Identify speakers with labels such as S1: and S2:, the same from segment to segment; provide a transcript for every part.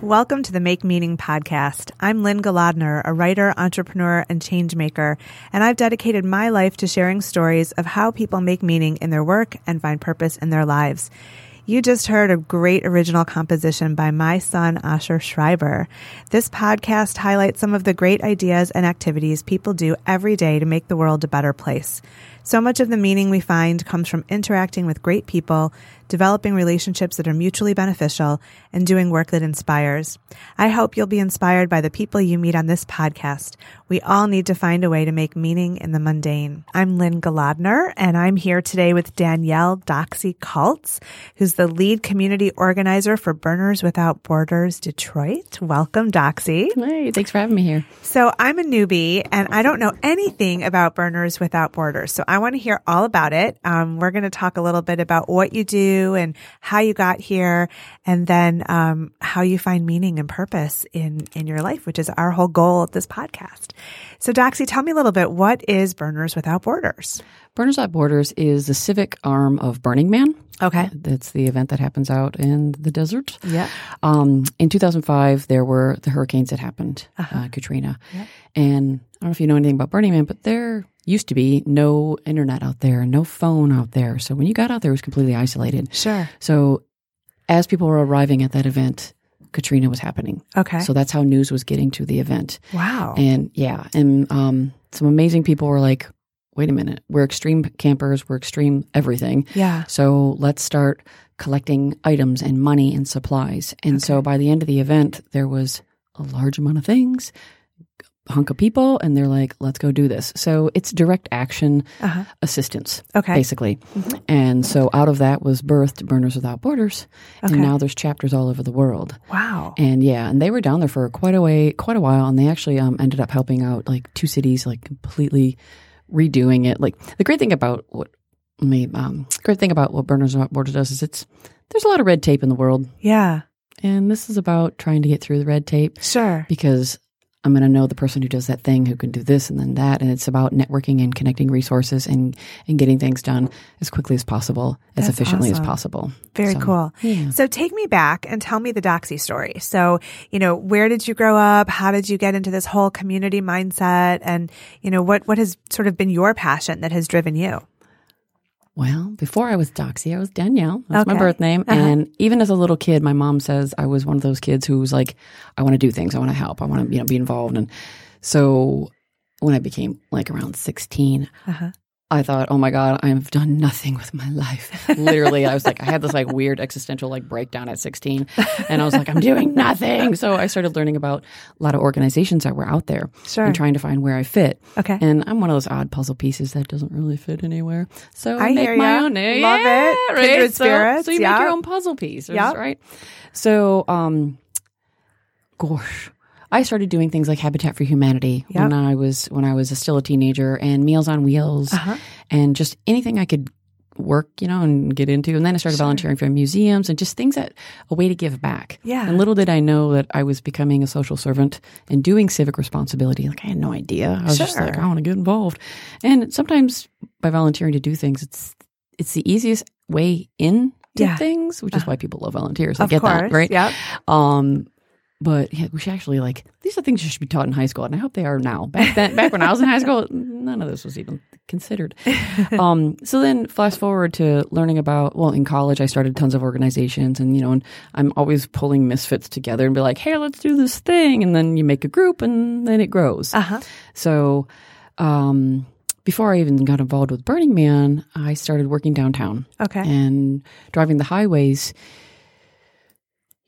S1: Welcome to the Make Meaning podcast. I'm Lynn Galadner, a writer, entrepreneur, and change maker, and I've dedicated my life to sharing stories of how people make meaning in their work and find purpose in their lives. You just heard a great original composition by my son, Asher Schreiber. This podcast highlights some of the great ideas and activities people do every day to make the world a better place. So much of the meaning we find comes from interacting with great people, developing relationships that are mutually beneficial, and doing work that inspires. I hope you'll be inspired by the people you meet on this podcast. We all need to find a way to make meaning in the mundane. I'm Lynn Galadner, and I'm here today with Danielle Doxy Kaltz, who's the lead community organizer for Burners Without Borders Detroit. Welcome, Doxy.
S2: Hey, thanks for having me here.
S1: So I'm a newbie and I don't know anything about Burners Without Borders. So I want to hear all about it. Um, we're going to talk a little bit about what you do and how you got here and then, um, how you find meaning and purpose in, in your life, which is our whole goal of this podcast. So Doxy, tell me a little bit. What is Burners Without Borders?
S2: Burners Without Borders is the civic arm of Burning Man.
S1: Okay.
S2: That's the event that happens out in the desert.
S1: Yeah.
S2: Um, in 2005, there were the hurricanes that happened,
S1: Uh-huh.
S2: uh, Katrina. And I don't know if you know anything about Burning Man, but there used to be no internet out there, no phone out there. So when you got out there, it was completely isolated.
S1: Sure.
S2: So as people were arriving at that event, Katrina was happening.
S1: Okay.
S2: So that's how news was getting to the event.
S1: wow.
S2: And yeah, and um, some amazing people were like, wait a minute, we're extreme campers, we're extreme everything.
S1: yeah.
S2: So let's start collecting items and money and supplies. And so by the end of the event, there was a large amount of things, a hunk of people, and they're like, let's go do this. So it's direct action
S1: Uh-huh.
S2: assistance,
S1: Okay. Mm-hmm.
S2: basically. And so out of that was birthed Burners Without Borders.
S1: Okay.
S2: And now there's chapters all over the world.
S1: Wow.
S2: And yeah, and they were down there for quite a way, quite a while, and they actually um, ended up helping out like two cities, like completely redoing it. Like the great thing about what I mean, um, great thing about what Burners Without Borders does is it's there's a lot of red tape in the world,
S1: Yeah.
S2: and this is about trying to get through the red tape
S1: Sure.
S2: because I'm going to know the person who does that thing, who can do this and then that, and it's about networking and connecting resources and and getting things done as quickly as possible, as
S1: That's
S2: efficiently
S1: awesome.
S2: as possible.
S1: Very
S2: So,
S1: cool.
S2: yeah.
S1: So take me back and tell me the Doxy story. So, you know, where did you grow up? How did you get into this whole community mindset? And, you know, what, what has sort of been your passion that has driven you?
S2: Well, before I was Doxy, I was Danielle. That's
S1: Okay.
S2: my
S1: Uh-huh.
S2: birth name. And even as a little kid, my mom says I was one of those kids who was like, I want to do things, I want to help, I want to you know be involved. And so when I became like around 16
S1: Uh-huh.
S2: I thought, oh my god, I have done nothing with my life. Literally, I was like, I had this like weird existential like breakdown at 16, and I was like, I'm doing nothing. So I started learning about a lot of organizations that were out there
S1: Sure.
S2: and trying to find where I fit.
S1: Okay.
S2: and I'm one of those odd puzzle pieces that doesn't really fit anywhere. So
S1: I
S2: make
S1: hear
S2: my
S1: ya.
S2: own. eh?
S1: Love it.
S2: Yeah,
S1: Kindred
S2: right? So-
S1: spirits,
S2: So, you
S1: yeah.
S2: make your own puzzle piece,
S1: Yeah.
S2: right? So, um, gosh, I started doing things like Habitat for Humanity
S1: Yeah.
S2: when I was when I was still a teenager, and Meals on Wheels,
S1: Uh-huh.
S2: and just anything I could work, you know, and get into. And then I started volunteering for museums and just things that a way to give back.
S1: Yeah.
S2: And little did I know that I was becoming a social servant and doing civic responsibility. Like I had no idea. I was just like,
S1: Sure.
S2: I want to get involved. And sometimes by volunteering to do things, it's it's the easiest way in to
S1: Yeah. Uh,
S2: things, which is why people love volunteers. I
S1: Of
S2: get
S1: course.
S2: that, right?
S1: Yep.
S2: Um, but yeah, we should actually like these are things you should be taught in high school, and I hope they are now. Back then, back when I was in high school, none of this was even considered. Um, so then, flash forward to learning about well, in college, I started tons of organizations, and you know, and I'm always pulling misfits together and be like, hey, let's do this thing, and then you make a group, and then it grows.
S1: Uh-huh.
S2: So, um, before I even got involved with Burning Man, I started working downtown
S1: Okay.
S2: and driving the highways,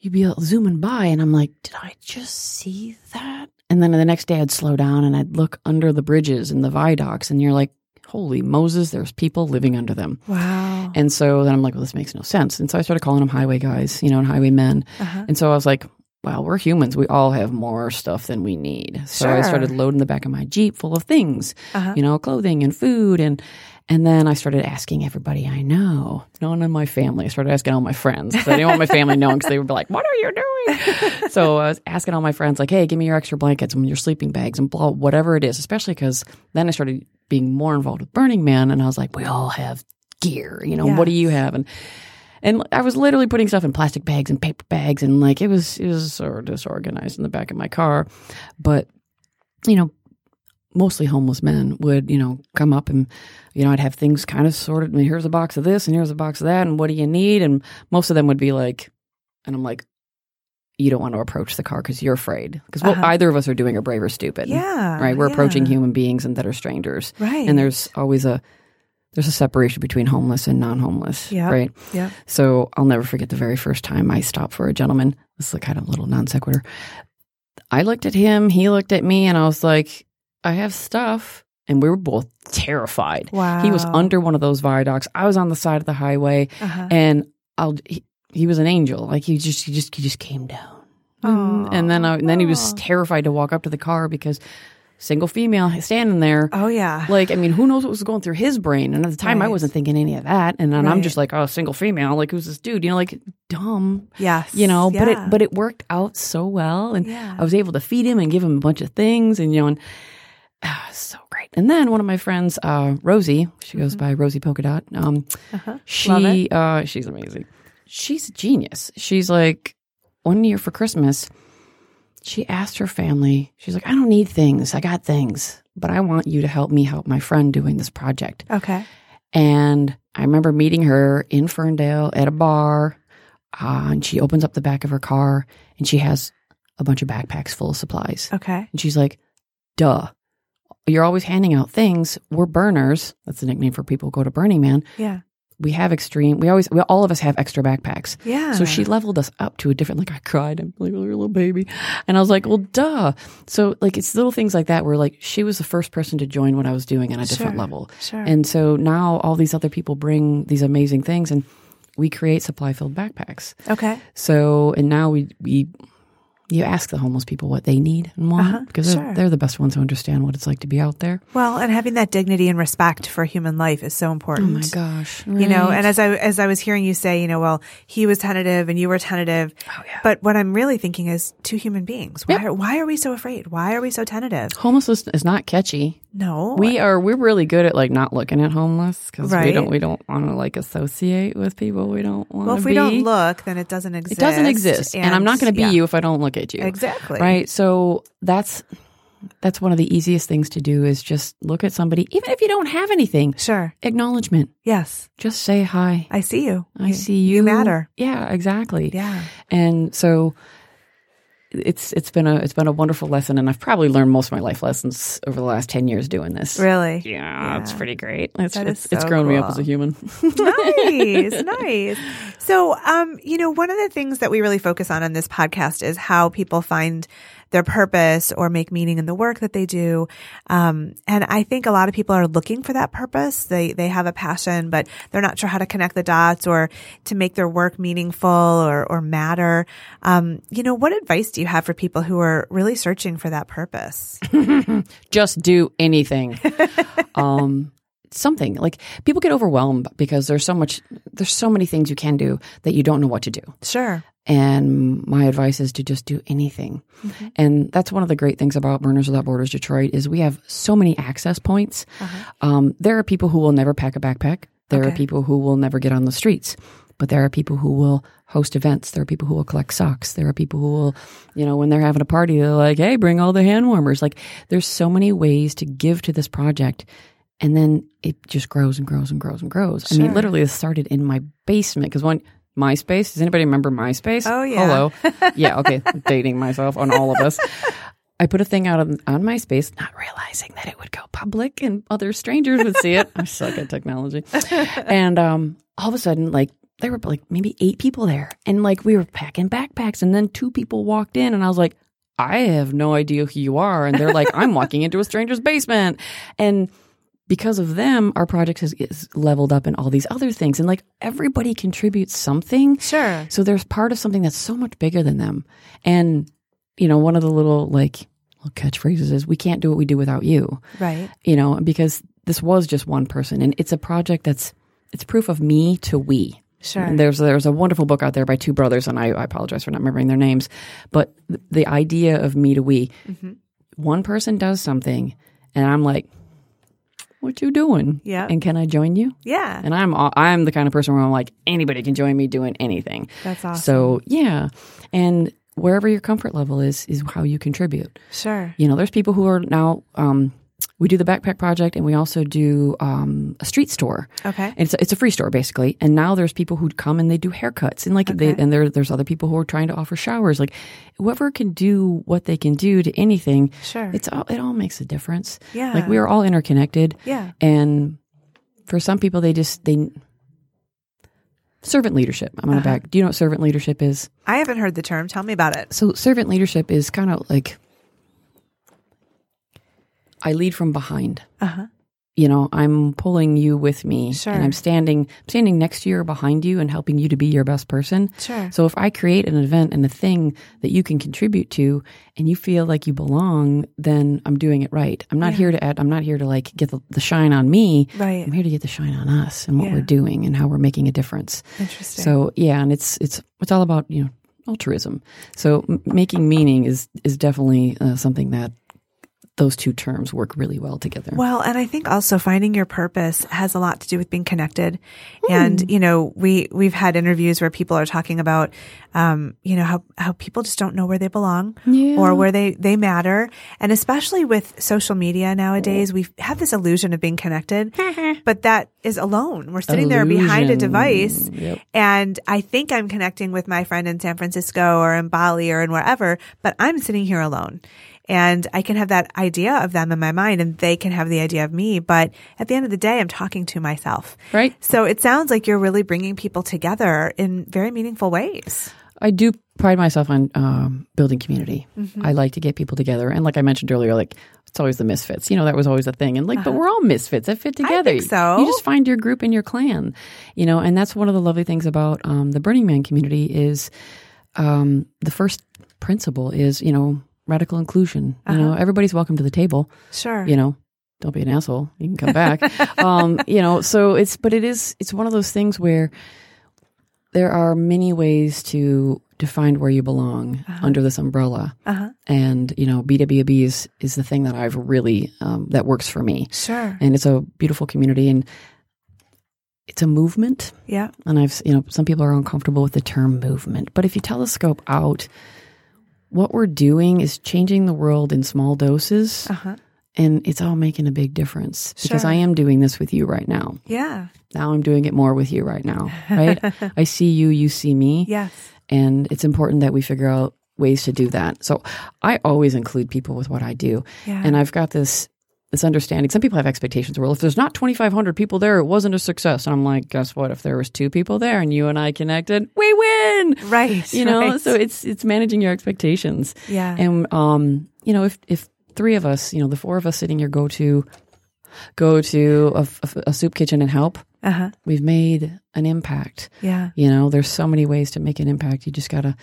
S2: you'd be zooming by, and I'm like, did I just see that? And then the next day, I'd slow down and I'd look under the bridges and the viaducts, and you're like, holy Moses, there's people living under them.
S1: Wow.
S2: And so then I'm like, well, this makes no sense. And so I started calling them highway guys, you know, and highway men.
S1: Uh-huh.
S2: And so I was like, wow, we're humans. We all have more stuff than we need. So I
S1: Sure.
S2: started loading the back of my Jeep full of things,
S1: Uh-huh.
S2: you know, clothing and food. And, and then I started asking everybody I know, no one in my family. I started asking all my friends. 'cause I didn't want my family knowing because they would be like, what are you doing? so I was asking all my friends, like, hey, give me your extra blankets and your sleeping bags and blah, whatever it is, especially because then I started being more involved with Burning Man. And I was like, we all have gear, you know, what do you have? And, and I was literally putting stuff in plastic bags and paper bags, and like it was it was so disorganized in the back of my car. But you know, mostly homeless men would you know come up and you know I'd have things kind of sorted. I mean, here's a box of this, and here's a box of that, and what do you need? And most of them would be like, and I'm like, you don't want to approach the car because you're afraid because what
S1: Uh-huh.
S2: either of us are doing are brave or stupid.
S1: Yeah.
S2: right. We're
S1: yeah.
S2: approaching human beings and that are strangers,
S1: Right.
S2: and there's always a there's a separation between homeless and non-homeless,
S1: Yep.
S2: right?
S1: Yep.
S2: So I'll never forget the very first time I stopped for a gentleman. This is a kind of little non sequitur. I looked at him, he looked at me, and I was like, I have stuff. And we were both terrified.
S1: Wow.
S2: He was under one of those viaducts. I was on the side of the highway,
S1: Uh-huh.
S2: and I'll. He, he was an angel. Like he just, he just, he just came down.
S1: Aw.
S2: And then, I, and then he was
S1: Aw.
S2: terrified to walk up to the car because single female standing there.
S1: Oh yeah.
S2: Like, I mean, who knows what was going through his brain? And at the time, I
S1: Right.
S2: wasn't thinking any of that. And then I'm
S1: Right.
S2: just like, oh, single female. Like, who's this dude? You know, like dumb.
S1: Yes.
S2: You know, but
S1: Yeah.
S2: it but it worked out so well, and
S1: Yeah.
S2: I was able to feed him and give him a bunch of things, and you know, and ah, so great. And then one of my friends, uh, Rosie, she goes by Rosie Polka Dot. Um,
S1: Mm-hmm. Uh-huh. Love
S2: she uh, she's amazing. She's a genius. She's like one year for Christmas, she asked her family. She's like, I don't need things. I got things, but I want you to help me help my friend doing this project.
S1: Okay.
S2: And I remember meeting her in Ferndale at a bar. Uh, and she opens up the back of her car and she has a bunch of backpacks full of supplies.
S1: Okay.
S2: And she's like, duh, you're always handing out things. We're burners. That's the nickname for people who go to Burning Man.
S1: Yeah.
S2: We have extreme, we always, we, all of us have extra backpacks.
S1: Yeah.
S2: So she leveled us up to a different, like I cried, I'm like a little baby. And I was like, well, duh. So like it's little things like that where like she was the first person to join what I was doing on a different
S1: Sure.
S2: level.
S1: Sure.
S2: And so now all these other people bring these amazing things and we create supply filled backpacks.
S1: okay.
S2: So, and now we, we, you ask the homeless people what they need and want
S1: Uh-huh,
S2: because they're,
S1: sure.
S2: they're the best ones who understand what it's like to be out there.
S1: Well, and having that dignity and respect for human life is
S2: Oh
S1: so important.
S2: gosh.
S1: you know and as i as i was hearing you say you know well he was tentative and you were tentative
S2: Oh,
S1: but what i'm really thinking is two human beings why, are, why are we so afraid why are we so tentative
S2: homelessness is not catchy.
S1: no
S2: We are, we're really good at like not looking at homeless because we
S1: Right.
S2: don't, we don't want to like associate with people we don't want to
S1: well if we don't look then it doesn't exist
S2: it doesn't exist. And, I'm not going to be
S1: yeah.
S2: you if I don't look at you.
S1: exactly
S2: Right. So that's that's one of the easiest things to do is just look at somebody, even if you don't have anything.
S1: sure
S2: Acknowledgement.
S1: yes
S2: Just say hi.
S1: i see you
S2: I see you.
S1: you matter
S2: Yeah, exactly.
S1: yeah
S2: And so it's it's been a it's been a wonderful lesson and I've probably learned most of my life lessons over the last ten years doing this.
S1: really
S2: Yeah, it's
S1: Yeah.
S2: pretty great. It's
S1: That is
S2: it's, it's
S1: so
S2: grown me up
S1: cool.
S2: as a human.
S1: nice, nice. So, um, you know, one of the things that we really focus on on this podcast is how people find their purpose or make meaning in the work that they do. Um, and I think a lot of people are looking for that purpose. They they have a passion, but they're not sure how to connect the dots or to make their work meaningful or or matter. Um, you know, what advice do you have for people who are really searching for that purpose?
S2: just do anything. um, something like people get overwhelmed because there's so much, there's so many things you can do that you don't know what to do.
S1: Sure.
S2: And my advice is to just do anything.
S1: Mm-hmm.
S2: And that's one of the great things about Burners Without Borders Detroit is we have so many access points. Um, there are people who will never pack a backpack. There are
S1: Uh-huh. Okay.
S2: people who will never get on the streets. But there are people who will host events. There are people who will collect socks. There are people who will, you know, when they're having a party, they're like, hey, bring all the hand warmers. Like, there's so many ways to give to this project. And then it just grows and grows and grows and grows. I mean,
S1: Sure.
S2: literally, it started in my basement because one, MySpace. Does anybody remember MySpace?
S1: Oh, yeah.
S2: Hello. Yeah. Okay. Dating myself on all of us. I put a thing out on, on MySpace, not realizing that it would go public and other strangers would see it. I suck at technology. And um, all of a sudden, like, there were like maybe eight people there. And like, we were packing backpacks. And then two people walked in, and I was like, I have no idea who you are. And they're like, I'm walking into a stranger's basement. And because of them, our project has is leveled up in all these other things. And like everybody contributes something.
S1: Sure.
S2: So there's part of something that's so much bigger than them. And, you know, one of the little like little catchphrases is we can't do what we do without you,
S1: Right.
S2: you know, because this was just one person. And it's a project that's, it's proof of me to we.
S1: Sure.
S2: And there's there's a wonderful book out there by two brothers, and I, I apologize for not remembering their names, but th- the idea of me to we,
S1: Mm-hmm.
S2: one person does something, and I'm like, "What you doing?
S1: Yep.
S2: and can I join you?"
S1: yeah.
S2: And I'm all- I'm the kind of person where I'm like, anybody can join me doing anything.
S1: That's awesome.
S2: So yeah, and wherever your comfort level is is how you contribute.
S1: sure.
S2: You know, there's people who are now. Um, we do the backpack project, and we also do um, a street store.
S1: Okay.
S2: It's a, it's a free store basically, and now there's people who come and they do haircuts, and like they, and there there's other people who are trying to offer showers. Like whoever can do what they can do to anything,
S1: Sure.
S2: it's all it all makes a difference.
S1: Yeah.
S2: like we are all interconnected.
S1: Yeah.
S2: and for some people they just they servant leadership. I'm
S1: Uh-huh.
S2: on to back. Do you know what servant leadership is?
S1: I haven't heard the term. Tell me about it.
S2: So servant leadership is kind of like I lead from behind.
S1: Uh-huh.
S2: You know, I'm pulling you with me,
S1: Sure.
S2: and I'm standing standing next to you or behind you, and helping you to be your best person.
S1: Sure.
S2: So if I create an event and a thing that you can contribute to, and you feel like you belong, then I'm doing it right. I'm not here to add. I'm not here to like get the, the shine on me.
S1: Right.
S2: I'm here to get the shine on us and what
S1: Yeah.
S2: we're doing and how we're making a difference.
S1: Interesting.
S2: So yeah, and it's it's it's all about you know altruism. So m- making meaning is is definitely uh, something that those two terms work really well together.
S1: Well, and I think also finding your purpose has a lot to do with being connected.
S2: Hmm.
S1: And you know, we we've had interviews where people are talking about, um, you know, how how people just don't know where they belong
S2: Yeah.
S1: or where they they matter. And especially with social media nowadays, we have this illusion of being connected, but that is alone. We're sitting there behind a
S2: Illusion.
S1: device,
S2: Yep.
S1: and I think I'm connecting with my friend in San Francisco or in Bali or in wherever, but I'm sitting here alone. And I can have that idea of them in my mind and they can have the idea of me. But at the end of the day, I'm talking to myself.
S2: Right.
S1: So it sounds like you're really bringing people together in very meaningful ways.
S2: I do pride myself on um, building community.
S1: Mm-hmm.
S2: I like to get people together, and like I mentioned earlier, like it's always the misfits. You know, that was always a thing, and like, but we're all misfits that fit together.
S1: Uh-huh. think so.
S2: You just find your group and your clan, you know, and that's one of the lovely things about um, the Burning Man community is um, the first principle is you know radical inclusion. You
S1: Uh-huh.
S2: know, everybody's welcome to the table
S1: Sure.
S2: you know don't be an asshole you can come back um you know so it's but it is it's one of those things where there are many ways to to find where you belong under this umbrella
S1: Uh-huh.
S2: and you know bwb is is the thing that i've really um, that works for me
S1: Sure.
S2: and it's a beautiful community and it's a movement
S1: Yeah.
S2: and I've, you know, some people are uncomfortable with the term movement, but if you telescope out, what we're doing is changing the world in small doses. And it's all making a big difference because
S1: Sure.
S2: I am doing this with you right now.
S1: Yeah.
S2: Now I'm doing it more with you right now, right? I see you, you see me.
S1: Yes.
S2: And it's important that we figure out ways to do that. So I always include people with what I do.
S1: Yeah.
S2: And I've got this this understanding. Some people have expectations. Well, if there's not 2,500 people there, it wasn't a success. And I'm like, guess what? If there was two people there and you and I connected, we win.
S1: Right.
S2: You know,
S1: right.
S2: so it's it's managing your expectations.
S1: Yeah.
S2: And um, you know, if if three of us, you know, the four of us sitting here go to go to a, a- a soup kitchen and help,
S1: uh-huh.
S2: we've made an impact.
S1: Yeah.
S2: You know, there's so many ways to make an impact. You just gotta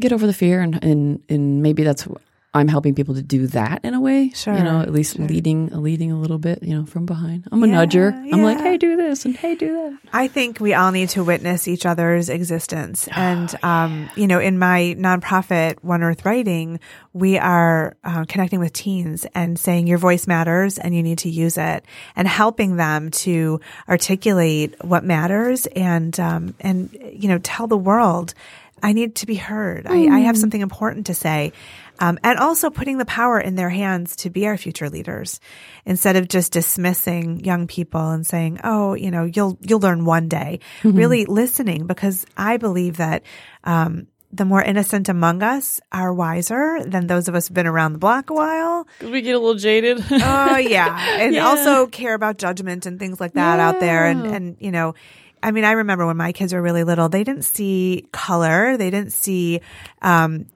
S2: get over the fear, and and and maybe that's I'm helping people to do that in a way.
S1: Sure,
S2: You know, at least
S1: sure.
S2: leading leading a little bit. You know, from behind. I'm a
S1: Yeah,
S2: nudger. I'm like,
S1: yeah.
S2: hey, do this, and hey, do that.
S1: I think we all need to witness each other's existence. and, um, you know, in my nonprofit One Earth Writing, we are uh, connecting with teens and saying your voice matters and you need to use it and helping them to articulate what matters and, um, and, you know, tell the world, I need to be heard. I, I have something important to say. Um, and also putting the power in their hands to be our future leaders instead of just dismissing young people and saying, "Oh, you know, you'll you'll learn one day." Really listening because I believe that um, the more innocent among us are wiser than those of us who've been around the block a while.
S2: we get a little jaded.
S1: Oh yeah, and
S2: Yeah.
S1: also care about judgment and things like that out there, and
S2: Yeah.
S1: and you know. I mean, I remember when my kids were really little, they didn't see color, they didn't see um,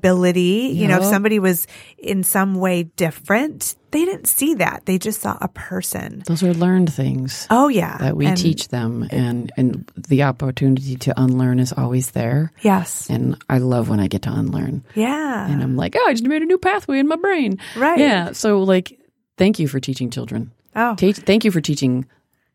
S1: ability. You know, if
S2: Yeah.
S1: somebody was in some way different, they didn't see that. They just saw a person.
S2: Those are learned things
S1: Oh yeah,
S2: that we
S1: And-
S2: teach them, and and the opportunity to unlearn is always there.
S1: Yes.
S2: And I love when I get to unlearn,
S1: Yeah.
S2: and I'm like, oh, I just made a new pathway in my brain.
S1: Right.
S2: Yeah. So like, thank you for teaching children.
S1: oh.
S2: Teach, thank you for teaching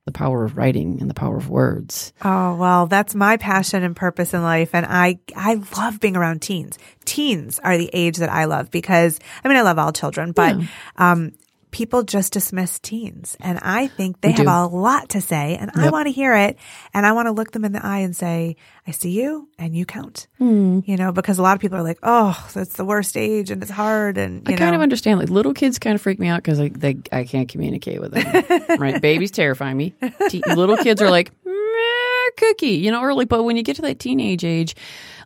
S2: the power of writing and the power of words.
S1: Oh, well, that's my passion and purpose in life. And I, I love being around teens. Teens are the age that I love because, I mean, I love all children, but, um, people just dismiss teens. And I think they have
S2: do.
S1: a lot to say and I want to hear it. And I want to look them in the eye and say, I see you and you count,
S2: Hmm.
S1: you know, because a lot of people are like, oh, that's the worst age and it's hard. And, you know,
S2: I kind of understand. Like little kids kind of freak me out because I they, I can't communicate with them. right? Babies terrify me. Te- little kids are like "Meh, cookie, you know, or like. But when you get to that teenage age,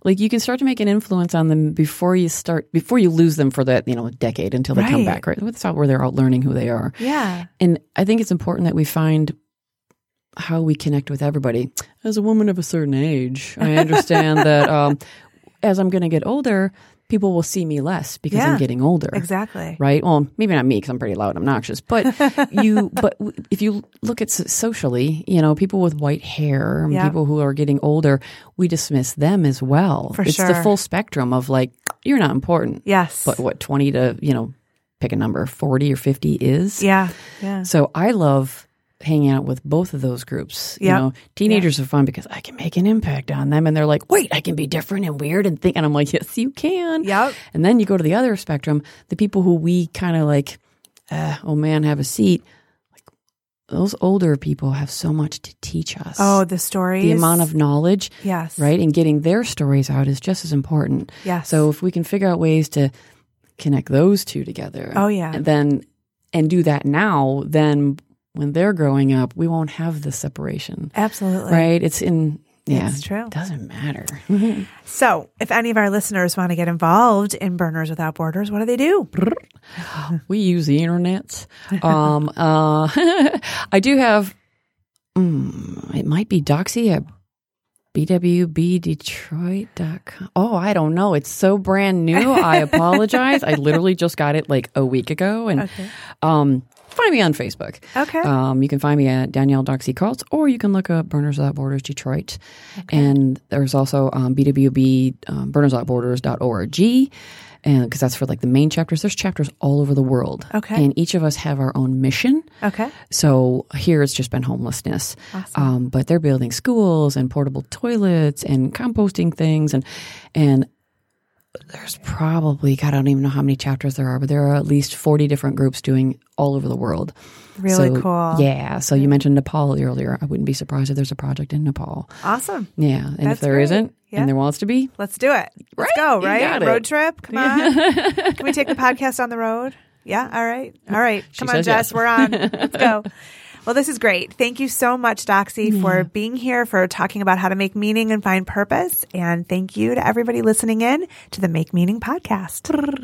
S2: like you can start to make an influence on them before you start before you lose them for that you know decade until they
S1: Right.
S2: come back. Right? That's not where they're out learning who they are.
S1: yeah.
S2: And I think it's important that we find how we connect with everybody. As a woman of a certain age, I understand that um, as I'm going to get older, people will see me less because
S1: Yeah.
S2: I'm getting older.
S1: Exactly.
S2: Right. Well, maybe not me because I'm pretty loud and obnoxious. But you, but w- if you look at so- socially, you know, people with white hair and
S1: Yeah.
S2: people who are getting older, we dismiss them as well.
S1: For
S2: it's
S1: sure.
S2: the full spectrum of like you're not important.
S1: Yes.
S2: But what twenty to you know, pick a number, forty or fifty is.
S1: yeah. Yeah.
S2: So I love hanging out with both of those groups. You
S1: Yep.
S2: know, teenagers are fun because I can make an impact on them and they're like, wait, I can be different and weird and think. And I'm like, yes, you can.
S1: Yep.
S2: And then you go to the other spectrum, the people who we kind of like, uh, oh man, have a seat. Like those older people have so much to teach us.
S1: Oh, the stories.
S2: the amount of knowledge,
S1: Yes.
S2: right? And getting their stories out is just as important.
S1: Yes.
S2: So if we can figure out ways to connect those two together,
S1: Oh, yeah.
S2: then and do that now, then when they're growing up, we won't have the separation,
S1: Absolutely.
S2: right? It's in yeah,
S1: It's true.
S2: It doesn't matter.
S1: So, if any of our listeners want to get involved in Burners Without Borders, what do they do?
S2: we use the internet. Um, uh, I do have. mm, it might be Doxy at bwbdetroit.com. Oh, I don't know. It's so brand new. I apologize. I literally just got it like a week ago, and um, find me on Facebook.
S1: Okay.
S2: Um, you can find me at Danielle Doxy Cults, or you can look up Burners Without Borders Detroit. And there's also um, BWB um, burnerswithoutborders.org. And because that's for like the main chapters, there's chapters all over the world.
S1: Okay.
S2: And each of us have our own mission.
S1: Okay.
S2: So here it's just been homelessness. Um, but they're building schools and portable toilets and composting things and and there's probably God, I don't even know how many chapters there are, but there are at least forty different groups doing all over the world.
S1: Really
S2: So,
S1: cool.
S2: Yeah. So you mentioned Nepal earlier. I wouldn't be surprised if there's a project in Nepal.
S1: Awesome.
S2: Yeah. And
S1: That's
S2: if there
S1: great.
S2: not
S1: Yeah.
S2: and there wants to be,
S1: Let's do it. Let's
S2: Right.
S1: go,
S2: You
S1: right?
S2: got it.
S1: road trip. Come on. Can we take the podcast on the road? Yeah. All right. All right. Come on,
S2: says
S1: Jess.
S2: yes.
S1: We're on. Let's go. Well, this is great. Thank you so much, Doxy, for being here, for talking about how to make meaning and find purpose. And thank you to everybody listening in to the Make Meaning podcast.